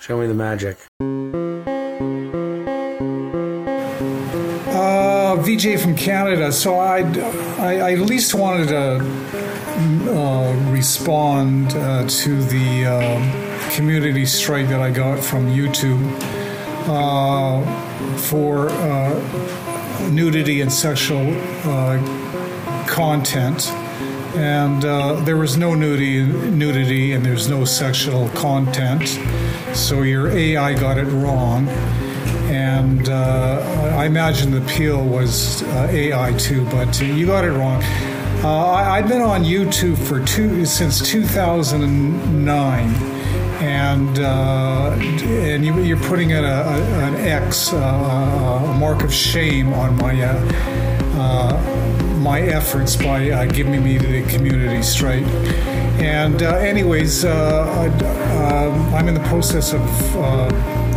Show me the magic. Uh, VJ from Canada. So I'd, I, I at least wanted to uh, respond uh, to the um community strike that I got from YouTube uh, for uh, nudity and sexual uh, content. And uh, there was no nudity, nudity and there's no sexual content. So your AI got it wrong. And uh, I I imagine the appeal was uh, AI too, but you got it wrong. Uh, I, I've been on YouTube for two since 2009 and uh, and you, you're putting in a, a, an X, uh, a mark of shame on my uh, uh, my efforts by uh, giving me the community straight. And uh, anyways, uh, I, um, I'm in the process of uh,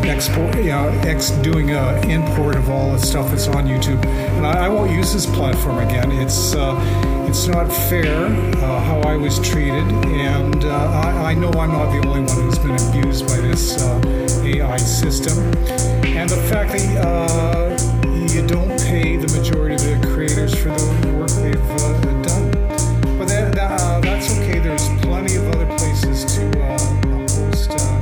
export, you know, ex doing a import of all the stuff that's on YouTube, and I, I won't use this platform again. It's uh, it's not fair uh, how I was treated, and uh, I, I know I'm not the only one who's been abused by this uh, AI system. And the fact that uh, you don't pay the majority of the creators for the work they've uh, done, but that, that, uh, that's okay. There's plenty of other places to uh, post. Uh,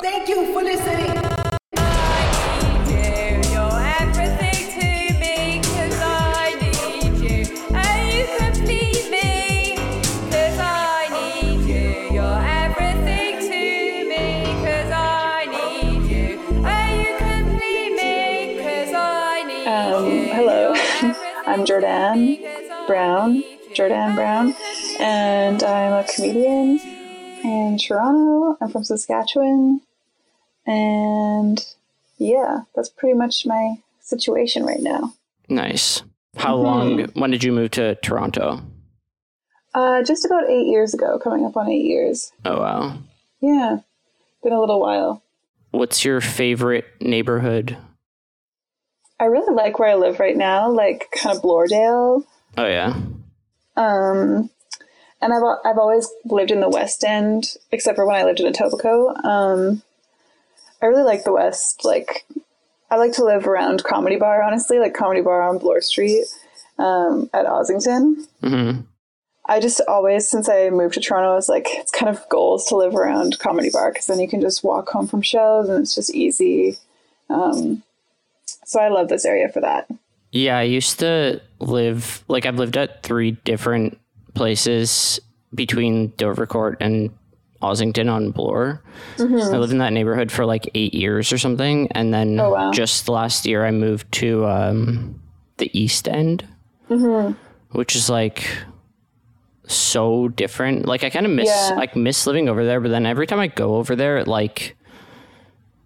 Thank you for listening. Um, hello, I'm Jordan Brown, Jordan Brown, and I'm a comedian in Toronto. I'm from Saskatchewan, and yeah, that's pretty much my situation right now. Nice. How long? When did you move to Toronto? Uh, just about eight years ago, coming up on eight years. Oh wow. Yeah, been a little while. What's your favorite neighborhood? I really like where I live right now, like kind of Bloordale. Oh yeah. Um, and I've al- I've always lived in the West End, except for when I lived in Etobicoke. Um, I really like the West. Like, I like to live around Comedy Bar, honestly, like Comedy Bar on Bloor Street um, at Ossington. hmm I just always, since I moved to Toronto, I was like, it's kind of goals to live around Comedy Bar because then you can just walk home from shows and it's just easy. Um, so I love this area for that. Yeah, I used to live like I've lived at three different places between Dovercourt and Ossington on Bloor. I lived in that neighborhood for like eight years or something, and then Mm-hmm. Oh, wow. just last year I moved to um, the East End, Mm-hmm. which is like so different. Like I kind of miss Yeah. like miss living over there, but then every time I go over there, it like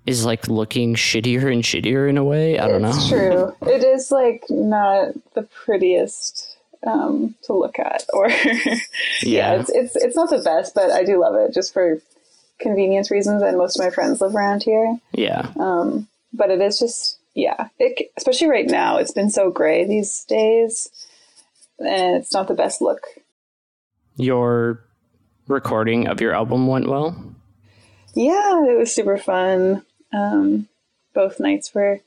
is like looking shittier and shittier in a way. I don't know. It's true. It is like not the prettiest um, to look at, or yeah, Yeah. it's, it's it's not the best, but I do love it just for convenience reasons. And most of my friends live around here, Yeah. but it is just yeah, it, c- especially right now. It's been so gray these days, and it's not the best look. your recording of your album went well. Yeah, it was super fun. Um, both nights were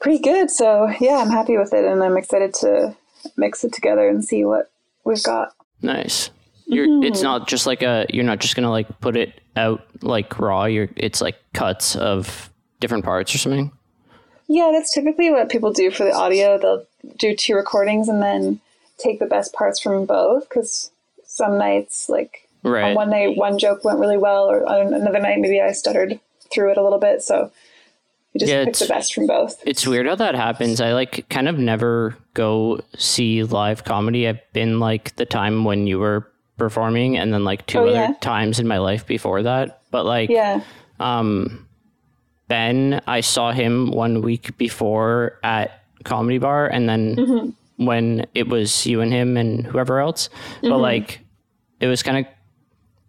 pretty good. So, yeah, I'm happy with it and I'm excited to mix it together and see what we've got. Nice. You're Mm-hmm. it's not just like a you're not just gonna like put it out like raw. You're it's like cuts of different parts or something. Yeah, that's typically what people do for the audio. They'll do two recordings and then take the best parts from both because some nights, like Right. on one night, one joke went really well, or on another night, maybe I stuttered through it a little bit. So, you just Yeah, pick it's- the best from both. It's weird how that happens. I like kind of never go see live comedy. I've been like the time when you were performing and then like two Oh, other yeah. times in my life before that. But like Yeah. um Ben, I saw him one week before at Comedy Bar and then Mm-hmm. when it was you and him and whoever else. But like it was kind of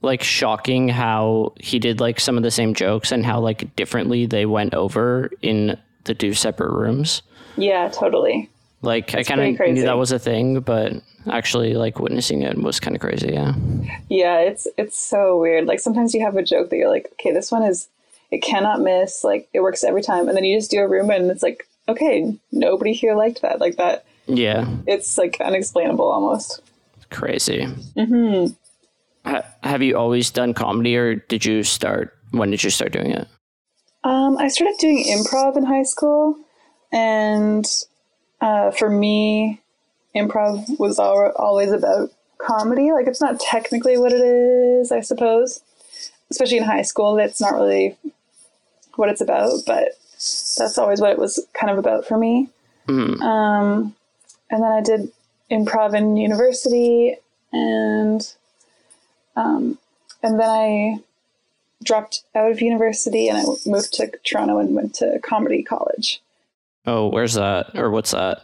like shocking how he did like some of the same jokes and how like differently they went over in the two separate rooms. Yeah, totally. Like It's I kind pretty of knew crazy. that was a thing, but actually like witnessing it was kind of crazy. Yeah. Yeah, it's it's so weird. Like sometimes you have a joke that you're like, okay, this one is it cannot miss. Like it works every time, and then you just do a room and it's like, okay, nobody here liked that. Like that, Yeah. it's like unexplainable almost. Crazy. Mm-hmm. Ha- have you always done comedy, or did you start? When did you start doing it? Um, I started doing improv in high school, and uh, for me, improv was al- always about comedy. Like it's not technically what it is, I suppose. Especially in high school, that's not really what it's about, but that's always what it was kind of about for me. Um, and then I did improv in university, and um, and then I dropped out of university and I w- moved to Toronto and went to comedy college. Oh, where's that, or what's that?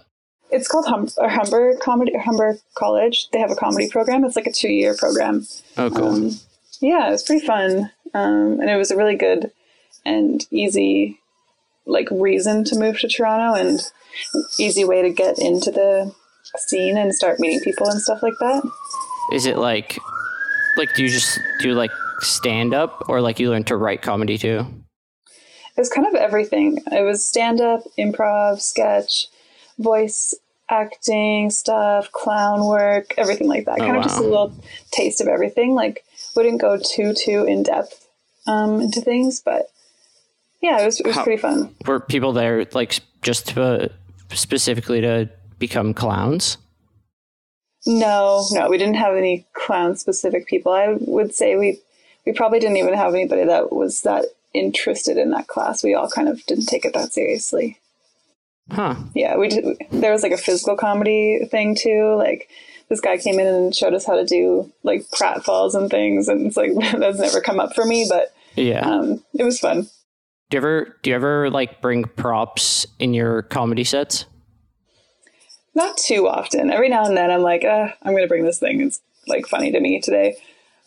It's called hum- or Humber Comedy Humber College. They have a comedy program. It's like a two year program. Oh, cool. Um, yeah, it was pretty fun, um, and it was a really good and easy like reason to move to Toronto and easy way to get into the scene and start meeting people and stuff like that. Is it like, like do you just do like stand up, or like you learn to write comedy too? it was kind of everything. It was stand up, improv, sketch, voice acting stuff, clown work, everything like that. Oh, kind of just a wow. little taste of everything. Like, wouldn't go too, too in depth um, into things, but yeah, it was, it was How- pretty fun. Were people there like s- just to, uh, specifically to become clowns? No, no, we didn't have any clown specific people. I would say we we probably didn't even have anybody that was that interested in that class. We all kind of didn't take it that seriously. Huh. yeah we did there was like a physical comedy thing too like this guy came in and showed us how to do like pratfalls and things and it's like that's never come up for me but Yeah. um, it was fun do you ever do you ever like bring props in your comedy sets? not too often every now and then i'm like uh, i'm gonna bring this thing it's like funny to me today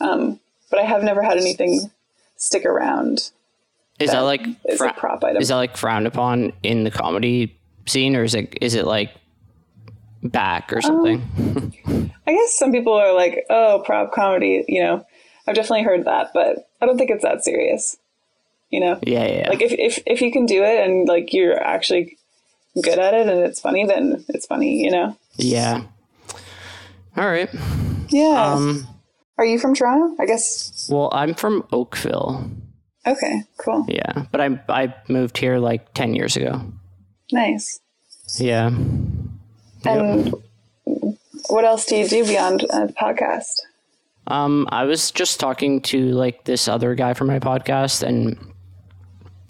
um, but i have never had anything stick around Is that like as fra- a prop item is that like frowned upon in the comedy scene, or is it is it like back or something? Um, i guess some people are like oh prop comedy you know i've definitely heard that but i don't think it's that serious you know yeah, yeah, yeah. like if, if if you can do it and like you're actually good at it and it's funny then it's funny you know yeah. All right. yeah Um. are you from toronto i guess Well, I'm from Oakville. okay cool Yeah, but I I moved here like ten years ago. nice Yeah. and what else do you do beyond a podcast Um, I was just talking to like this other guy from my podcast, and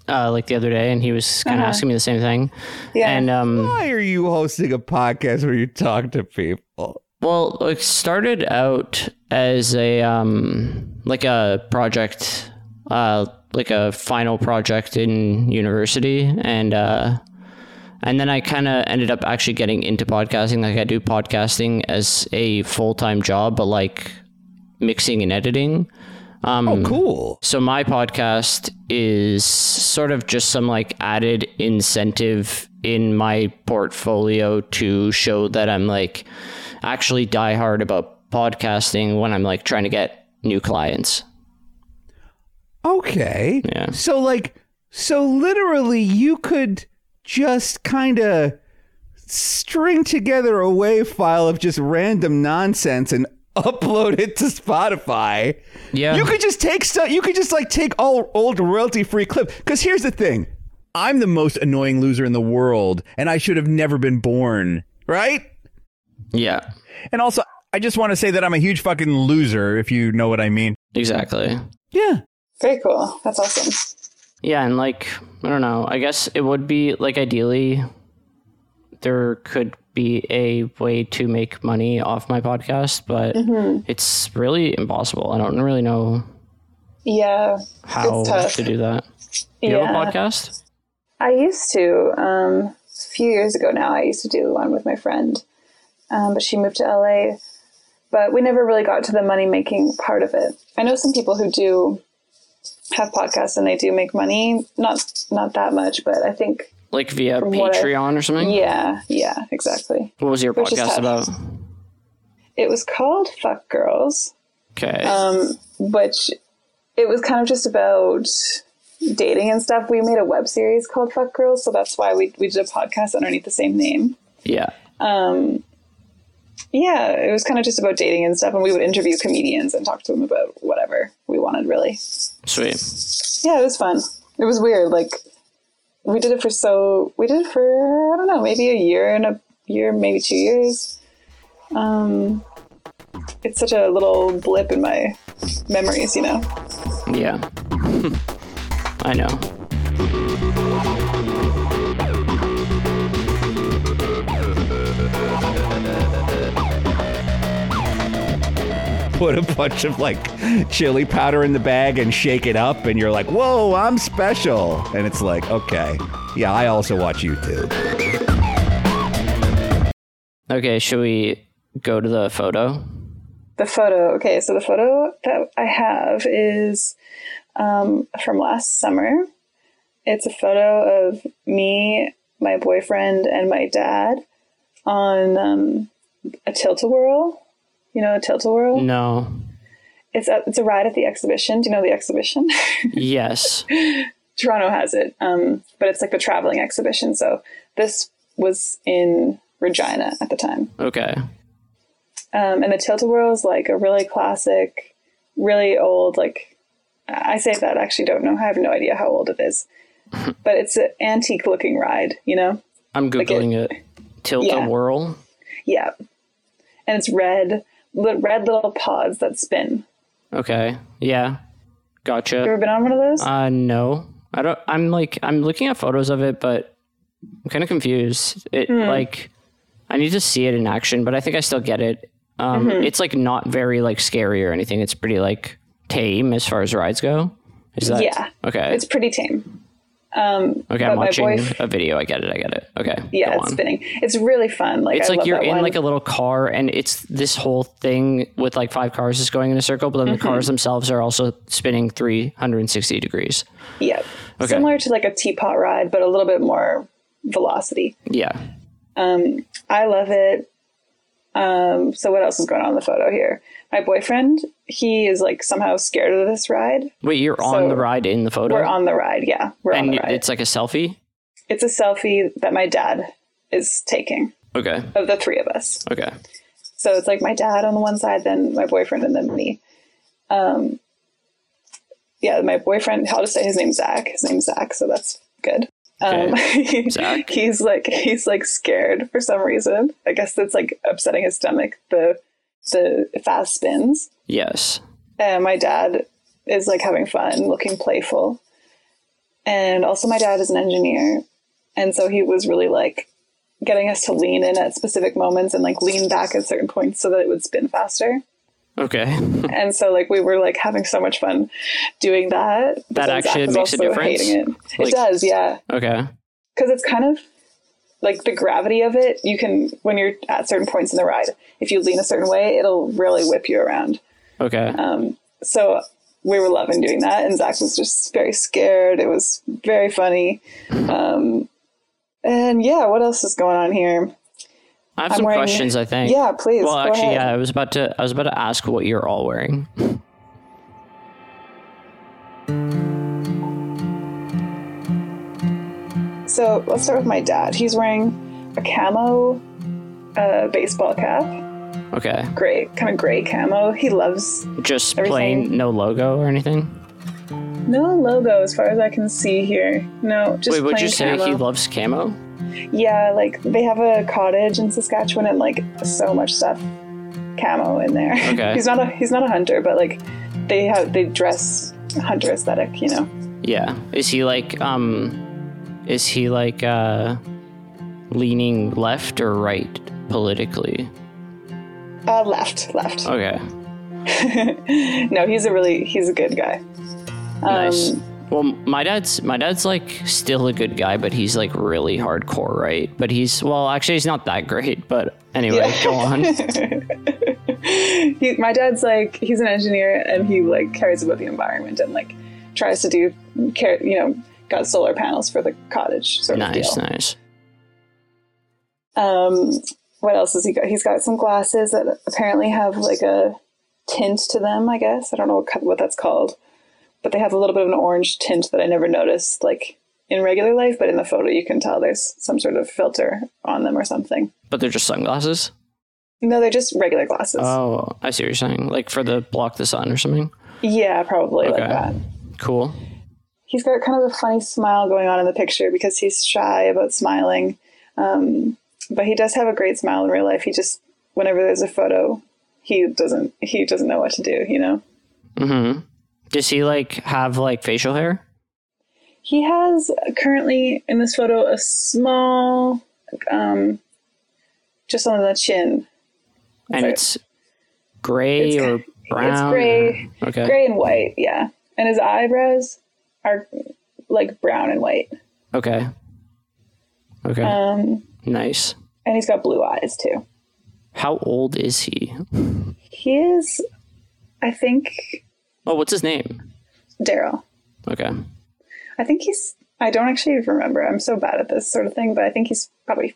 uh, like the other day, and he was Uh-huh. kind of asking me the same thing. Yeah. And um, Why are you hosting a podcast where you talk to people? Well, it started out as a um, like a project, uh, like a final project in university, and uh, and then I kind of ended up actually getting into podcasting. Like I do podcasting as a full time job, but like mixing and editing. Um, Oh, cool. so my podcast is sort of just some like added incentive in my portfolio to show that I'm like actually diehard about podcasting when I'm like trying to get new clients. Okay. Yeah. So like so literally you could just kind of string together a WAV file of just random nonsense and upload it to Spotify. Yeah. You could just take stuff you could just like take all old royalty-free clips cuz here's the thing. I'm the most annoying loser in the world and I should have never been born, right? Yeah. And also, I just want to say that I'm a huge fucking loser, if you know what I mean. Exactly. Yeah. very cool that's awesome Yeah, and like I don't know, I guess it would be like ideally there could be a way to make money off my podcast, but it's really impossible. I don't really know yeah how It's tough. to do that. Do you have yeah a podcast? i used to um a few years ago now i used to do one with my friend um, but she moved to la but we never really got to the money making part of it i know some people who do have podcasts and they do make money not not that much but i think like via From what I- Patreon or something. Yeah, yeah, exactly. What was your Which is podcast tough. about? It was called Fuck Girls, Okay. um, which it was kind of just about dating and stuff. We made a web series called Fuck Girls, so that's why we, we did a podcast underneath the same name. yeah. Yeah, it was kind of just about dating and stuff, and we would interview comedians and talk to them about whatever we wanted, really. Sweet. Yeah, it was fun. It was weird. Like we did it for so we did it for I don't know, maybe a year and a year, maybe two years. Um, it's such a little blip in my memories, you know. Yeah. I know. put a bunch of like chili powder in the bag and shake it up, and you're like, whoa, I'm special. And it's like, okay. Yeah, I also watch YouTube. Okay, should we go to the photo? The photo. Okay, so the photo that I have is um, from last summer. It's a photo of me, my boyfriend, and my dad on um, a tilt a whirl. You know, a tilt a whirl. Mm. No. It's a, it's a ride at the exhibition. Do you know the exhibition? Yes. Toronto has it, um, but it's like the traveling exhibition. So this was in Regina at the time. Okay. Um, and the tilt a whirl is like a really classic, really old. Like I say that I actually don't know. I have no idea how old it is, but it's an antique looking ride. You know, I'm googling it. Tilt Yeah. a whirl. yeah. And it's red, li- red little pods that spin. Okay. Yeah. You Gotcha. ever been on one of those? Uh no. I don't I'm like I'm looking at photos of it but I'm kind of confused. It Hmm. like I need to see it in action, but I think I still get it. Um Mm-hmm. it's like not very like scary or anything. It's pretty like tame as far as rides go. Is that Yeah. Okay. it's pretty tame. Um, okay, but my I'm watching boyf- a video. I get it. I get it. Okay. yeah, go it's on. spinning. It's really fun. Like It's I like love you're that in one. like a little car, and it's this whole thing with like five cars just going in a circle, but then Mm-hmm. the cars themselves are also spinning 360 degrees. Yep. Similar to like a teapot ride, but a little bit more velocity. Yeah. I love it. Um, so what else is going on in the photo here? My boyfriend, he is like somehow scared of this ride. Wait, you're on So, the ride in the photo, We're on the ride, yeah. We're on and the you- ride. it's like a selfie. It's a selfie that my dad is taking Okay. of the three of us. Okay. So it's like my dad on the one side, then my boyfriend, and then me. Um, yeah, my boyfriend. I'll just say his name's Zach. His name's Zach, so that's good. Um, Zach. he's like he's like scared for some reason. I guess it's like upsetting his stomach. The the fast spins. Yes. And Uh, my dad is like having fun, looking playful. And also, my dad is an engineer. And so he was really like getting us to lean in at specific moments and like lean back at certain points so that it would spin faster. Okay. And so, like, we were like having so much fun doing that. But That then Zach actually was makes a also difference? hating It. Like- it does, yeah. okay. Because it's kind of like the gravity of it. You can, when you're at certain points in the ride, if you lean a certain way, it'll really whip you around. Okay. Um, so we were loving doing that and zach was just very scared it was very funny um, and yeah what else is going on here I have I'm some wearing- questions. I think. yeah please Well, go actually, ahead. yeah. I was about to. I was about to ask what you're all wearing. so let's start with my dad he's wearing a camo uh, baseball cap Okay. gray kind of gray camo he loves Just Everything. plain, no logo or anything. no logo as far as i can see here no just Wait, would plain you say camo. he loves camo? yeah like they have a cottage in saskatchewan and like so much stuff camo in there Okay. he's not a he's not a hunter but like they have they dress hunter aesthetic you know Yeah. Is he like um is he like uh leaning left or right politically? uh left left Okay. Oh. no he's a really he's a good guy Nice. Um, Well, my dad's my dad's like still a good guy, but he's like really hardcore, right? But he's well, actually he's not that great, but anyway, go on. he, my dad's like he's an engineer and he like cares about the environment and like tries to do care you know got solar panels for the cottage. Sort of Nice, deal. nice. Um, what else has he got? He's got some glasses that apparently have like a tint to them. I guess I don't know what, cut- what that's called, but they have a little bit of an orange tint that I never noticed like in regular life, but in the photo you can tell there's some sort of filter on them or something. But they're just sunglasses. No, they're just regular glasses. Oh, I see what you're saying. Like for the block the sun or something. yeah, probably Okay. like that. Cool. he's got kind of a funny smile going on in the picture because he's shy about smiling. Um, but he does have a great smile in real life. He just whenever there's a photo, he doesn't he doesn't know what to do, you know. Mm-hmm. Does he like have like facial hair? He has currently in this photo a small um, just on the chin. And Like, it's gray It's- or brown. it's or- gray. Okay. Gray and white, yeah. And his eyebrows are like brown and white. Okay. Okay. Um, nice. and he's got blue eyes too. How old is he? He is I think Oh, what's his name? Daryl. Okay. I think he's. I don't actually remember. I'm so bad at this sort of thing, but I think he's probably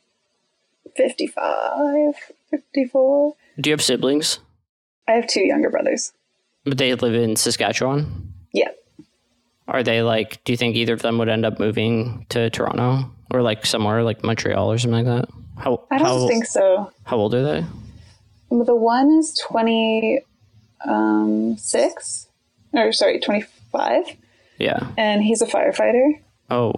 55, 54. Do you have siblings? I have two younger brothers. But they live in Saskatchewan. Yeah. Are they like? Do you think either of them would end up moving to Toronto or like somewhere like Montreal or something like that? How I don't how, think so. how old are they? The one is 26, or sorry, 25, Yeah. and he's a firefighter. Oh,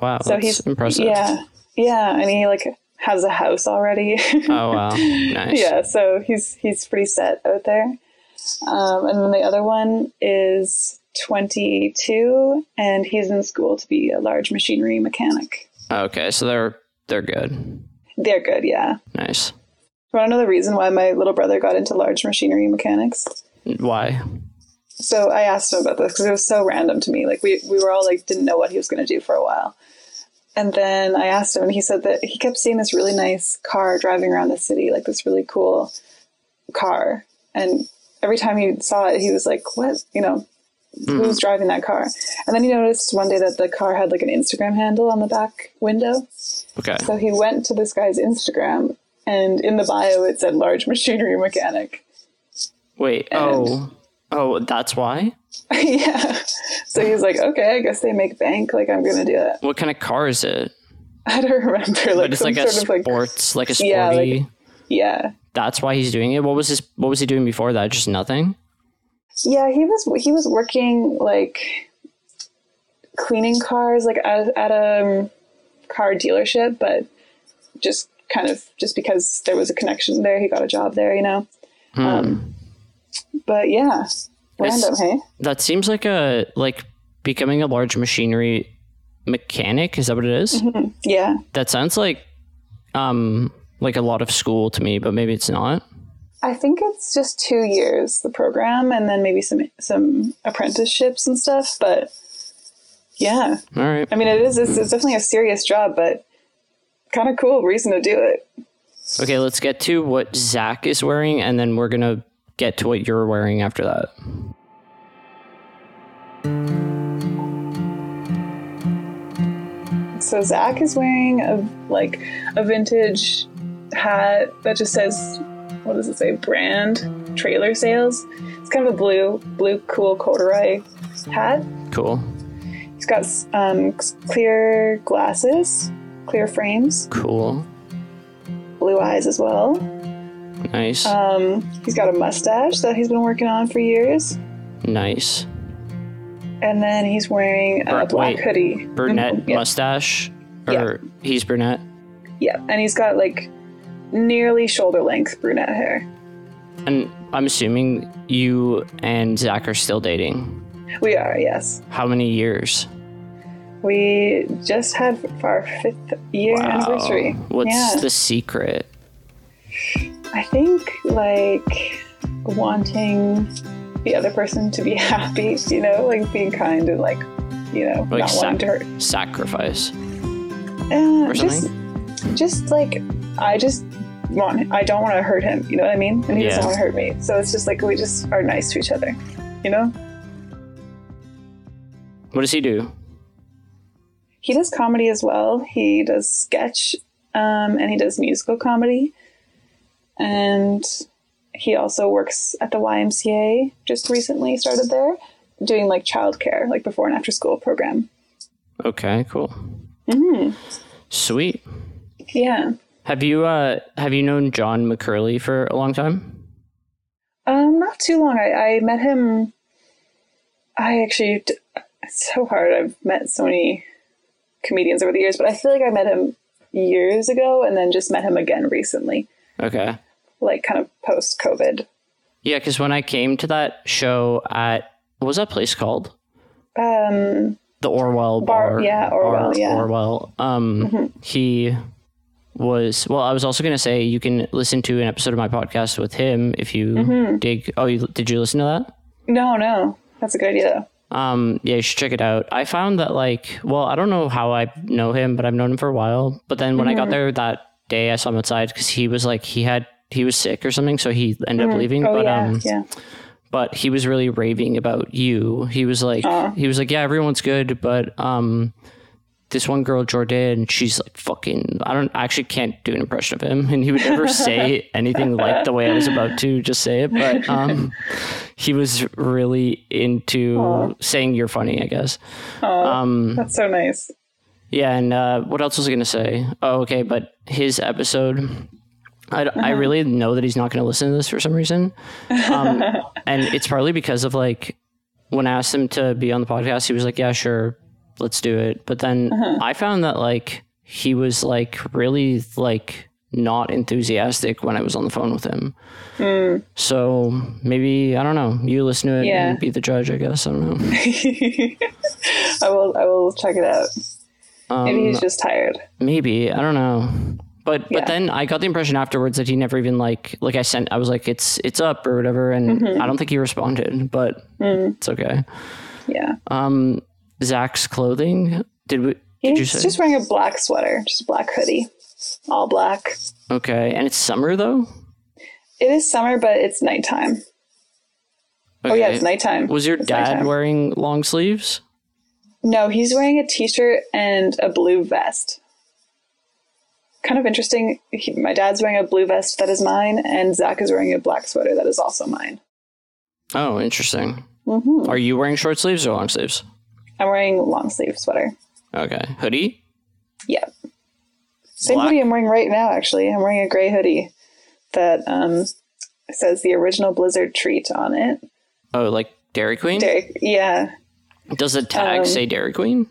wow. So that's he's impressive. Yeah. Yeah. And he like has a house already. Oh wow. Nice. yeah, so he's he's pretty set out there. Um, and then the other one is 22, and he's in school to be a large machinery mechanic. Okay, so they're they're good. They're good, yeah. Nice. You want to know the reason why my little brother got into large machinery mechanics? Why? So I asked him about this because it was so random to me. Like we we were all like didn't know what he was going to do for a while. And then I asked him, and he said that he kept seeing this really nice car driving around the city, like this really cool car. And every time he saw it, he was like, "What? You know, who's driving that car?" And then he noticed one day that the car had like an Instagram handle on the back window. Okay. So he went to this guy's Instagram, and in the bio it said "large machinery mechanic." Wait. Oh. Oh, that's why. yeah. So he's like, okay, I guess they make bank. Like, I'm gonna do it. What kind of car is it? I don't remember. Like, But it's some like a sort of like, sports, like a sporty. Yeah, like- yeah, that's why he's doing it. What was his? What was he doing before that? Just nothing. yeah. He was he was working like cleaning cars, like at, at a um, car dealership, but just kind of just because there was a connection there, he got a job there. You know. Hmm. Um, but yeah, random. Hey, That seems like a like becoming a large machinery mechanic. Is that what it Mm-hmm. is? yeah. That sounds like um like a lot of school to me, but maybe it's not. I think it's just two years the program, and then maybe some some apprenticeships and stuff. But yeah, All right. I mean, it is it's, it's definitely a serious job, but kind of cool reason to do it. Okay, let's get to what Zach is wearing, and then we're gonna get to what you're wearing after that. So Zach is wearing a like a vintage hat that just says what does it say brand trailer sales. It's kind of a blue blue cool corduroy hat. Cool, He's got um, clear glasses, clear frames, cool, blue eyes as well. nice, Um, he's got a mustache that he's been working on for years, nice. and then he's wearing a Bur- black wait. hoodie, Brunette Mhm, yeah. mustache, or Yeah. he's brunette, Yeah, and he's got like nearly shoulder length brunette hair. and I'm assuming you and Zach are still dating. We are yes. How many years? We just had f- our fifth year anniversary. What's yeah, the secret? I think like wanting the other person to be happy. You know, like being kind and like you know Like not wanting to hurt. sacrifice. Uh, or just, just like I just want, I don't want to hurt him. You know what I mean? And he Yeah. doesn't want to hurt me. So it's just like we just are nice to each other. You know? What does he do? he does comedy as well. He does sketch um, and he does musical comedy. And he also works at the YMCA, just recently started there, doing like childcare, like before and after school program. Okay, cool. Mm-hmm. Sweet. Yeah. Have you uh have you known John McCurley for a long time? Um, not too long. I, I met him. I actually, d- it's so hard. I've met so many comedians over the years, but I feel like I met him years ago and then just met him again recently, Okay. like kind of post COVID. Yeah, because when I came to that show at what was that place called? Um, The Orwell Bar- Bar. yeah, Orwell, yeah. Mm-hmm. Orwell. Um, he was well. I was also gonna say you can listen to an episode of my podcast with him if you Mm-hmm. dig. Oh, you, did you listen to that? no, no, that's a good idea Um, yeah, you should check it out. I found that like, well, I don't know how I know him, but I've known him for a while. But then when I got Mm-hmm. there that day, I saw him outside because he was like, he had he was sick or something, so he ended up leaving. though. Oh but yeah, um, yeah. but he was really raving about you. He was like, he was like, yeah, everyone's good, but um, this one girl Jordan, she's like fucking. I don't I actually can't do an impression of him, and he would never say anything like the way I was about to just say it. But um, he was really into saying you're funny, I guess. That's so nice. Yeah, and uh, what else was I going to say? Oh, okay, but his episode, I, I really know that he's not going to listen to this for some reason. Um, and it's probably because of like when I asked him to be on the podcast, he was like, yeah, sure, let's do it. But then I found that like he was like really like not enthusiastic when I was on the phone with him. So maybe, I don't know, you listen to it Yeah. and be the judge, I guess. I don't know. I will. I will check it out. Maybe Um, he's just tired. maybe i don't know but Yeah. but then i got the impression afterwards that he never even like like i sent i was like it's it's up or whatever and Mm-hmm. i don't think he responded but it's okay Mm. Yeah. um zach's clothing did we did you He's say just wearing a black sweater, just a black hoodie, all black. okay and it's summer though It is summer, but it's nighttime. okay. Oh yeah, it's nighttime. was your It's dad nighttime. wearing long sleeves No, he's wearing a t-shirt and a blue vest. Kind of interesting. He, my dad's wearing a blue vest that is mine, and Zach is wearing a black sweater that is also mine. oh interesting Mm-hmm. are you wearing short sleeves or long sleeves I'm wearing a long sleeve sweater. okay hoodie Yep. Same Black. hoodie I'm wearing right now. Actually, I'm wearing a gray hoodie that um, says the original Blizzard treat on it. oh like dairy queen Derek, yeah, does the Um, tag say dairy queen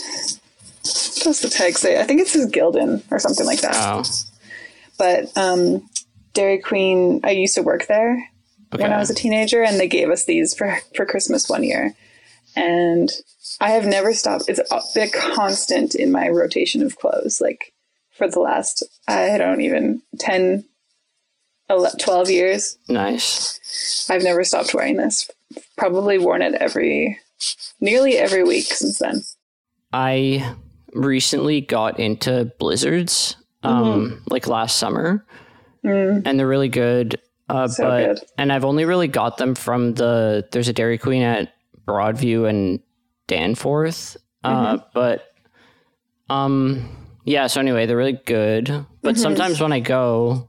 what does the tag say? I think it says Gildan or something like that. oh but um, Dairy Queen, I used to work there when I was a teenager, and they gave us these for, for Christmas one year. And I have never stopped. It's a- been a constant in my rotation of clothes, like for the last, I don't even, 10, 11, 12 years. nice I've never stopped wearing this. Probably worn it every, nearly every week since then. I recently got into blizzards, um, Mm-hmm. like last summer, and they're really good. Uh, Mm. So but good. and I've only really got them from the there's a Dairy Queen at Broadview and Danforth. Uh, Mm-hmm. but um, yeah. So anyway, they're really good. But Mm-hmm. sometimes when I go,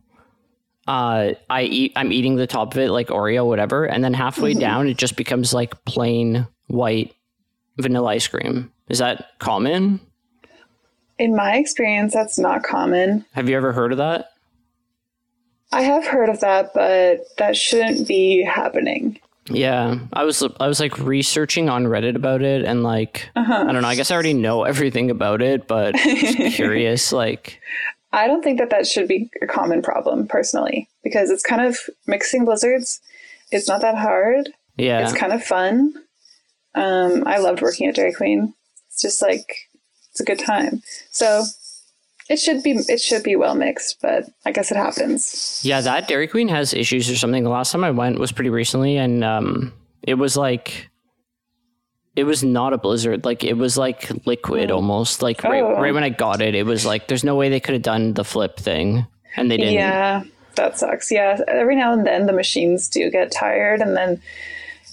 uh, I eat. I'm eating the top of it like Oreo, whatever, and then halfway Mm-hmm. down, it just becomes like plain white vanilla ice cream. Is that common? In my experience, that's not common. Have you ever heard of that? I have heard of that, but that shouldn't be happening. Yeah, I was I was like researching on Reddit about it, and like Uh-huh. I don't know. I guess I already know everything about it, but just curious. Like, I don't think that that should be a common problem personally because it's kind of mixing blizzards. It's not that hard. yeah, It's kind of fun. Um, I loved working at Dairy Queen. It's just like it's a good time. So it should be it should be well mixed, but I guess it happens. yeah. That Dairy Queen has issues or something. The last time I went was pretty recently, and um, it was like it was not a blizzard. Like it was like liquid almost. Like right, Oh. right when I got it, it was like there's no way they could have done the flip thing, and they didn't. Yeah, that sucks. Yeah, every now and then the machines do get tired, and then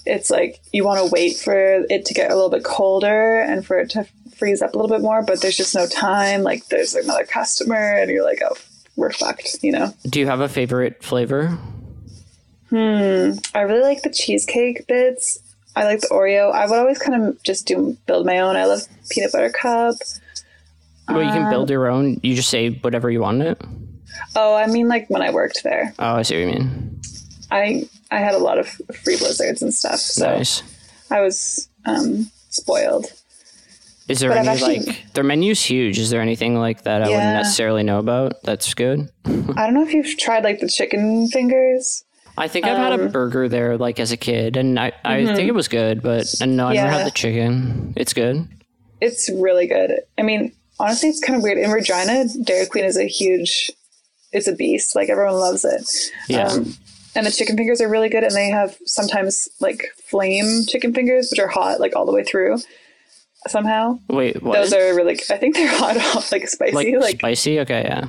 it's like you want to wait for it to get a little bit colder and for it to freeze up a little bit more, but there's just no time. Like there's another customer, and you're like, oh, we're fucked, you know? Do you have a favorite flavor? I really like the cheesecake bits. I like the Oreo. I would always kind of just do build my own. I love peanut butter cup. Well, you can build Um, your own. You just say whatever you want it. Oh, I mean, like when I worked there, Oh, I see what you mean. I I had a lot of free blizzards and stuff, so Nice. I was um, spoiled. Is there But I've any actually- like their menu's huge? Is there anything like that I wouldn't Yeah. necessarily know about? That's good. I don't know if you've tried like the chicken fingers. I think I've had a Um, burger there like as a kid, and I, I think it was good. But and no, I never mm-hmm. Yeah. had the chicken. It's good. It's really good. I mean, honestly, it's kind of weird. In Regina, Dairy Queen is a huge, it's a beast. Like everyone loves it. Yeah. Um, and the chicken fingers are really good, and they have sometimes like flame chicken fingers, which are hot like all the way through. Somehow, Wait, what? those are really. I think they're hot off like like, spicy. Like spicy. Okay, yeah,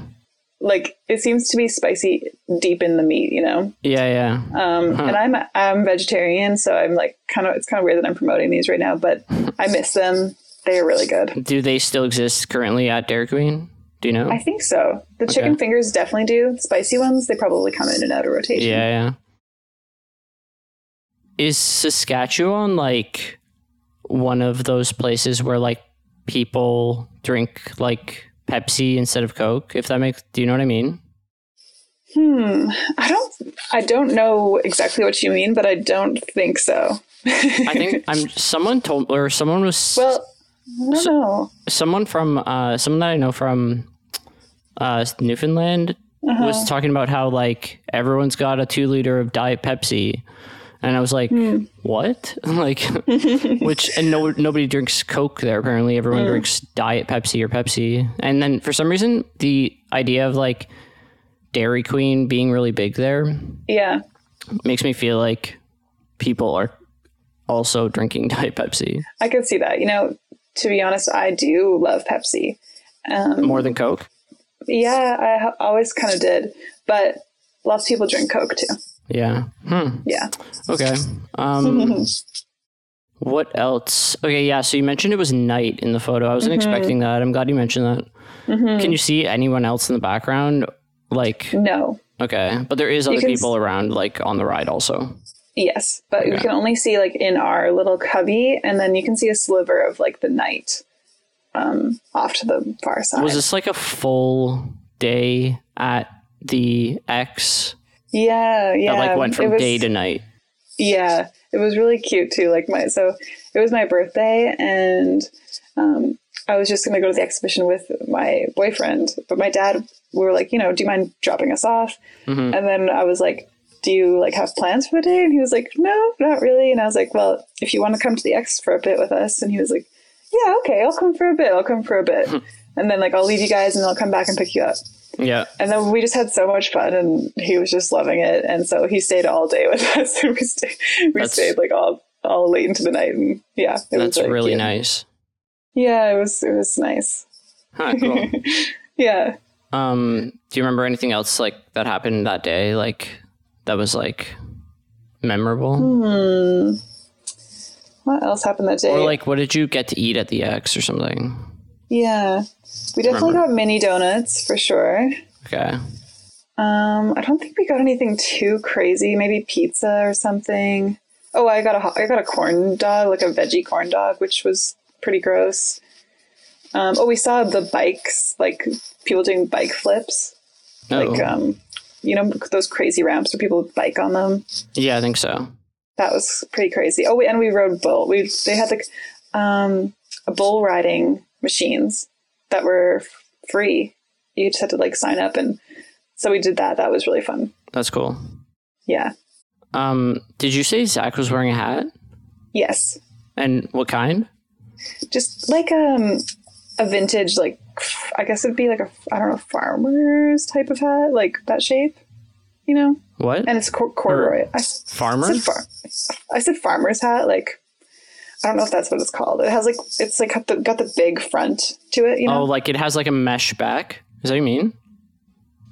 like it seems to be spicy deep in the meat, you know. yeah, yeah. Um, And I'm I'm vegetarian, so I'm like kind of it's kind of weird that I'm promoting these right now, but I miss them. They are really good. Do they still exist currently at Dairy Queen? Do you know? I think so. The chicken fingers definitely do. Spicy ones, they probably come in and out of rotation. Yeah, yeah. Is Saskatchewan like one of those places where like people drink like Pepsi instead of Coke? If that makes, do you know what I mean? Hmm. I don't I don't know exactly what you mean, but I don't think so. I think I'm. Someone told, or someone was, Well, I don't know. someone from, uh, someone that I know from, uh, Newfoundland was talking about how like everyone's got a two liter of Diet Pepsi, and I was like, what? like, which and no nobody drinks Coke there. Apparently, everyone drinks Diet Pepsi or Pepsi. And then for some reason, the idea of like Dairy Queen being really big there Yeah. makes me feel like people are also drinking Diet Pepsi I could see that. You know, to be honest, I do love Pepsi. Um, more than Coke. yeah, I ha- always kind of did, but lots of people drink Coke too. Yeah. Hmm. Yeah. Okay. Um, what else? Okay. Yeah. So you mentioned it was night in the photo. I Mm-hmm. wasn't expecting that. I'm glad you mentioned that. Can you see anyone else in the background? Like, No. okay, but there is other Mm-hmm. can s- people around, like on the ride also. Yes, but you can only see like in our little cubby, and then you can see a sliver of like the night um, off to the far side. Was this like a full day at the X yeah, yeah. that like went it from was- day to night? Yeah, it was really cute too. Like my so it was my birthday, and um, I was just gonna go to the exhibition with my boyfriend, but my dad we were like, you know, do you mind dropping us off? And then I was like, do you like have plans for the day? And he was like, no, not really. And I was like, well, if you want to come to the X for a bit with us, and he was like, yeah, okay, I'll come for a bit. I'll come for a bit. And then like I'll leave you guys and I'll come back and pick you up. Yeah. And then we just had so much fun, and he was just loving it. And so he stayed all day with us, and we stayed, we That's- stayed like all all late into the night. And yeah, it was That's like, really cute. nice. Yeah, it was it was nice. Huh, cool. Yeah, Um, do you remember anything else like that happened that day? Like that was like memorable, Hmm. what else happened that day? or like what did you get to eat at the X or something? yeah, we definitely got mini donuts for sure. Okay, Um, I don't think we got anything too crazy. Maybe pizza or something. Oh, I got a ho- I got a corn dog, like a veggie corn dog, which was pretty gross. Um, oh, we saw the bikes, like people doing bike flips, no, like um, you know those crazy ramps where people bike on them. yeah, I think so. That was pretty crazy. Oh, we, and we rode bull. We they had like um, a bull riding machines that were f- free. You just had to like sign up, and so we did that. That was really fun. That's cool. Yeah. Um, did you say Zach was wearing a hat? Yes. And what kind? just like um a vintage like I guess it'd be like a I don't know farmer's type of hat like that shape, you know. What? And it's cor- corduroy. I s- Farmer? said far- I said farmer's hat like I don't know if that's what it's called. It has like it's like got the, got the big front to it, you Oh, know. like it has like a mesh back. Is that what you mean?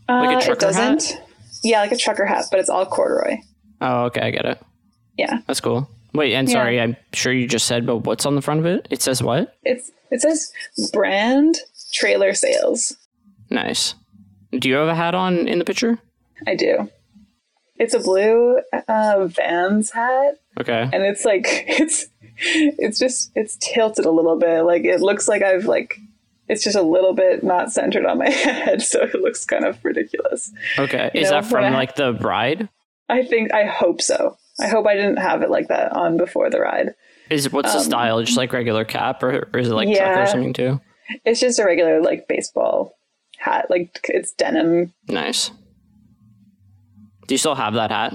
Oh, like a Uh, trucker hat? Yeah, like a trucker hat, but it's all corduroy. Oh, okay, I get it. Yeah. That's cool. Wait, and sorry, I'm sure you just said, but what's on the front of it? It says what? It's it says brand trailer sales. Nice. Do you have a hat on in the picture? I do. It's a blue uh, Vans hat, Okay. and it's like it's it's just it's tilted a little bit. Like it looks like I've like it's just a little bit not centered on my head, so it looks kind of ridiculous. Okay. You Is know, that when from I- like the bride? I think I hope so. I hope I didn't have it like that on before the ride. Is what's the style? Just like regular cap, or, or is it like trucker Um, Yeah. or something too? It's just a regular like baseball hat. Like it's denim. Nice. Do you still have that hat?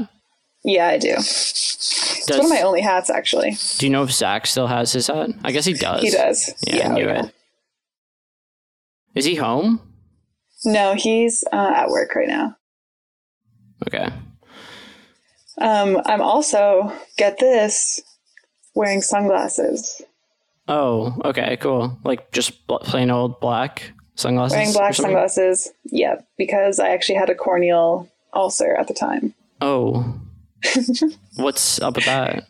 Yeah, I do. it's one of my only hats actually. Do you know if Zach still has his hat? I guess he does. He does. Yeah, I knew it. Is he home? No, he's uh, at work right now. Okay. Um, I'm also get this wearing sunglasses, Oh, okay, cool. Like just bl- plain old black sunglasses. wearing or black something? sunglasses. Yeah, because I actually had a corneal ulcer at the time. Oh. What's up with that?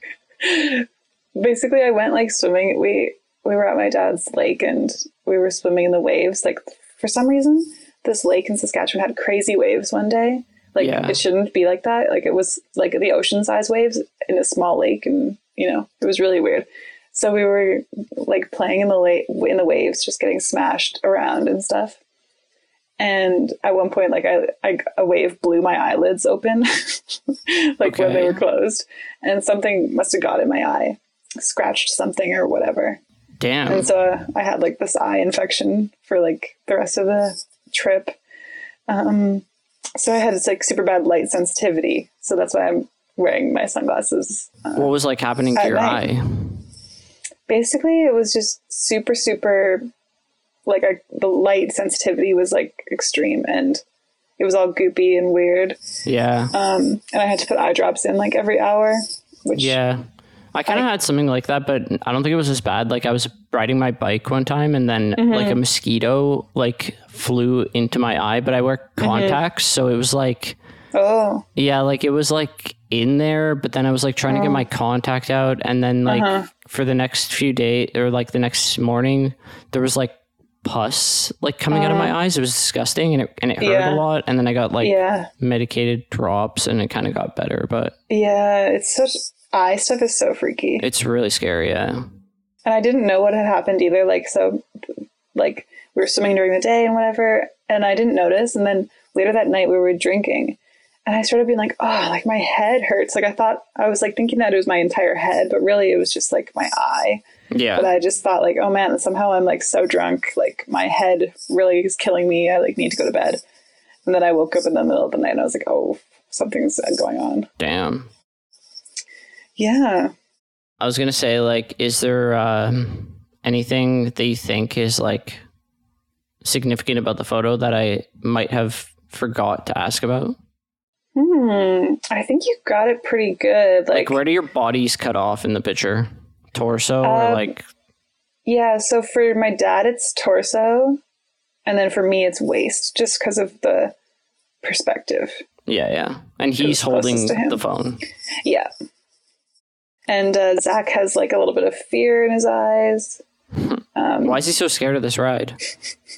basically I went like swimming. We we were at my dad's lake and we were swimming in the waves. Like for some reason, this lake in Saskatchewan had crazy waves one day. Like Yeah. it shouldn't be like that. Like it was like the ocean size waves in a small lake, and you know it was really weird. So we were like playing in the lake in the waves, just getting smashed around and stuff. And at one point, like I, I a wave blew my eyelids open, like when they Okay. were closed, and something must have got in my eye scratched something or whatever. Damn. And so uh, I had like this eye infection for like the rest of the trip. Um, so I had this like super bad light sensitivity. So that's why I'm wearing my sunglasses. Uh, what was like happening to at your night. eye? basically, it was just super, super like I, the light sensitivity was like extreme and it was all goopy and weird. Yeah. Um, and I had to put eye drops in like every hour, which Yeah. I kind of had something like that, but I don't think it was as bad. Like I was riding my bike one time and then Mm-hmm. like a mosquito like flew into my eye, but I wear Mm-hmm. contacts, so it was like oh, yeah, like it was like in there, but then I was like Oh. trying to get my contact out and then like Uh-huh. for the next few days or like the next morning, there was like pus like coming out of my eyes. It was disgusting and it and it hurt Uh. Yeah. a lot and then I got like yeah. medicated drops and it kind of got better, but Yeah, it's such eye stuff is so freaky. it's really scary, yeah. and I didn't know what had happened either. Like so, like we were swimming during the day and whatever, and I didn't notice. And then later that night we were drinking, and I started being like, oh, like my head hurts. Like I thought I was like thinking that it was my entire head, but really it was just like my eye. Yeah. But I just thought like, oh man, somehow I'm like so drunk, like my head really is killing me. I like need to go to bed. And then I woke up in the middle of the night and I was like, oh, something's uh, going on. Damn. Yeah. I was gonna say, like, is there um, anything that you think is like significant about the photo that I might have forgot to ask about? Hmm. I think you got it pretty good. Like, where do your bodies cut off in the picture? Torso or Um, like? Yeah, so for my dad, it's torso, and then for me, it's waist, just because of the perspective. Yeah, yeah. And was closest he's holding to him? the phone. Yeah. And uh, Zach has like a little bit of fear in his eyes. Um, Why is he so scared of this ride?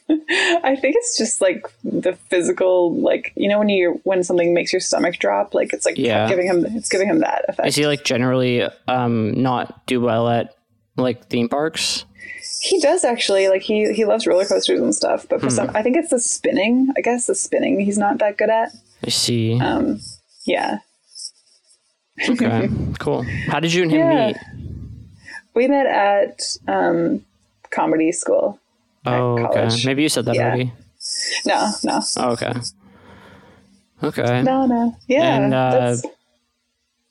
I think it's just like the physical, like you know when you when something makes your stomach drop, like it's like Yeah. giving him it's giving him that effect. Is he like generally um, not do well at like theme parks? He does actually like he he loves roller coasters and stuff, but Hmm. for some, I think it's the spinning. I guess the spinning he's not that good at. I see. Um, Yeah, okay, cool. How did you and him Yeah. meet? we met at um, comedy school. Oh, okay. college. Maybe you said that Yeah. already. No, no, Oh, okay. Okay. no, no. Yeah, And, uh, that's-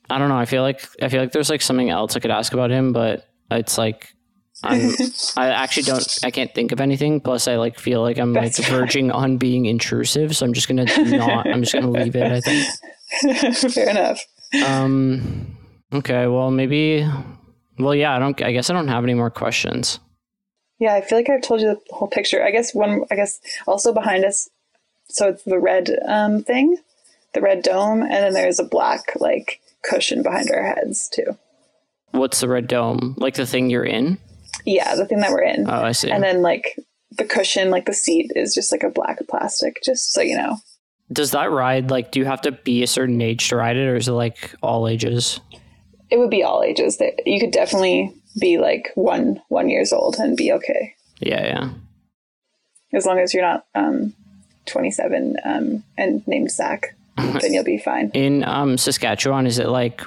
I don't know. I feel like I feel like there's like something else I could ask about him, but it's like I'm, I actually don't. I can't think of anything. Plus, I like feel like I'm like That's fine. verging on being intrusive, so I'm just gonna not. I'm just gonna leave it. I think. fair enough. Um. Okay. Well, maybe. Well, yeah. I don't. I guess I don't have any more questions. Yeah, I feel like I've told you the whole picture. I guess one. I guess also behind us. So it's the red um, thing, the red dome, and then there's a black like cushion behind our heads too. what's the red dome? Like the thing you're in? Yeah, the thing that we're in. Oh, I see. And then like the cushion, like the seat is just like a black plastic, just so you know. Does that ride like do you have to be a certain age to ride it or is it like all ages? It would be all ages. There you could definitely be like one one years old and be okay. Yeah, yeah. As long as you're not um twenty seven um and named Zach, then you'll be fine. In um Saskatchewan is it like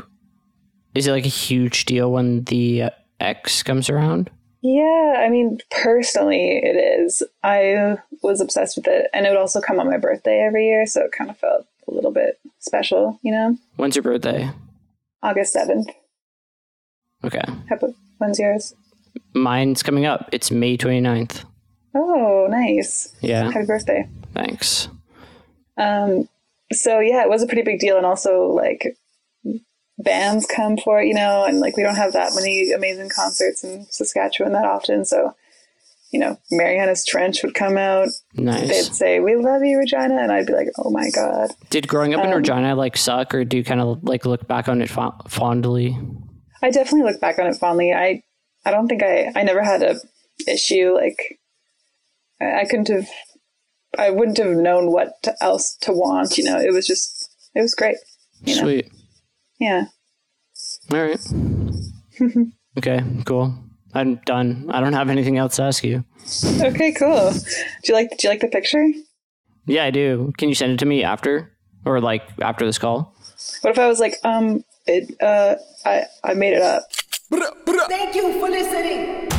is it like a huge deal when the uh, X comes around? Yeah, I mean, personally, it is. I was obsessed with it, and it would also come on my birthday every year, so it kind of felt a little bit special, you know? When's your birthday? August 7th. Okay. How about- When's yours? Mine's coming up. It's May 29th. Oh, nice. Yeah. Happy birthday. Thanks. Um, so, yeah, it was a pretty big deal, and also, like, bands come for it, you know, and, like, we don't have that many amazing concerts in Saskatchewan that often, so, you know, Mariana's Trench would come out, Nice. they'd say, We love you, Regina, and I'd be like, Oh my God. Did growing up in um, Regina like suck or do you kind of like look back on it fo- fondly? I definitely look back on it fondly. I I don't think I I never had a issue like I I couldn't have I wouldn't have known what to, else to want. You know, it was just it was great. You know? Sweet. Yeah. All right. okay, cool. I'm done. I don't have anything else to ask you. Okay. Cool. Do you like Do you like the picture? Yeah, I do. Can you send it to me after or like after this call? What if I was like um it uh I I made it up. Thank you for listening.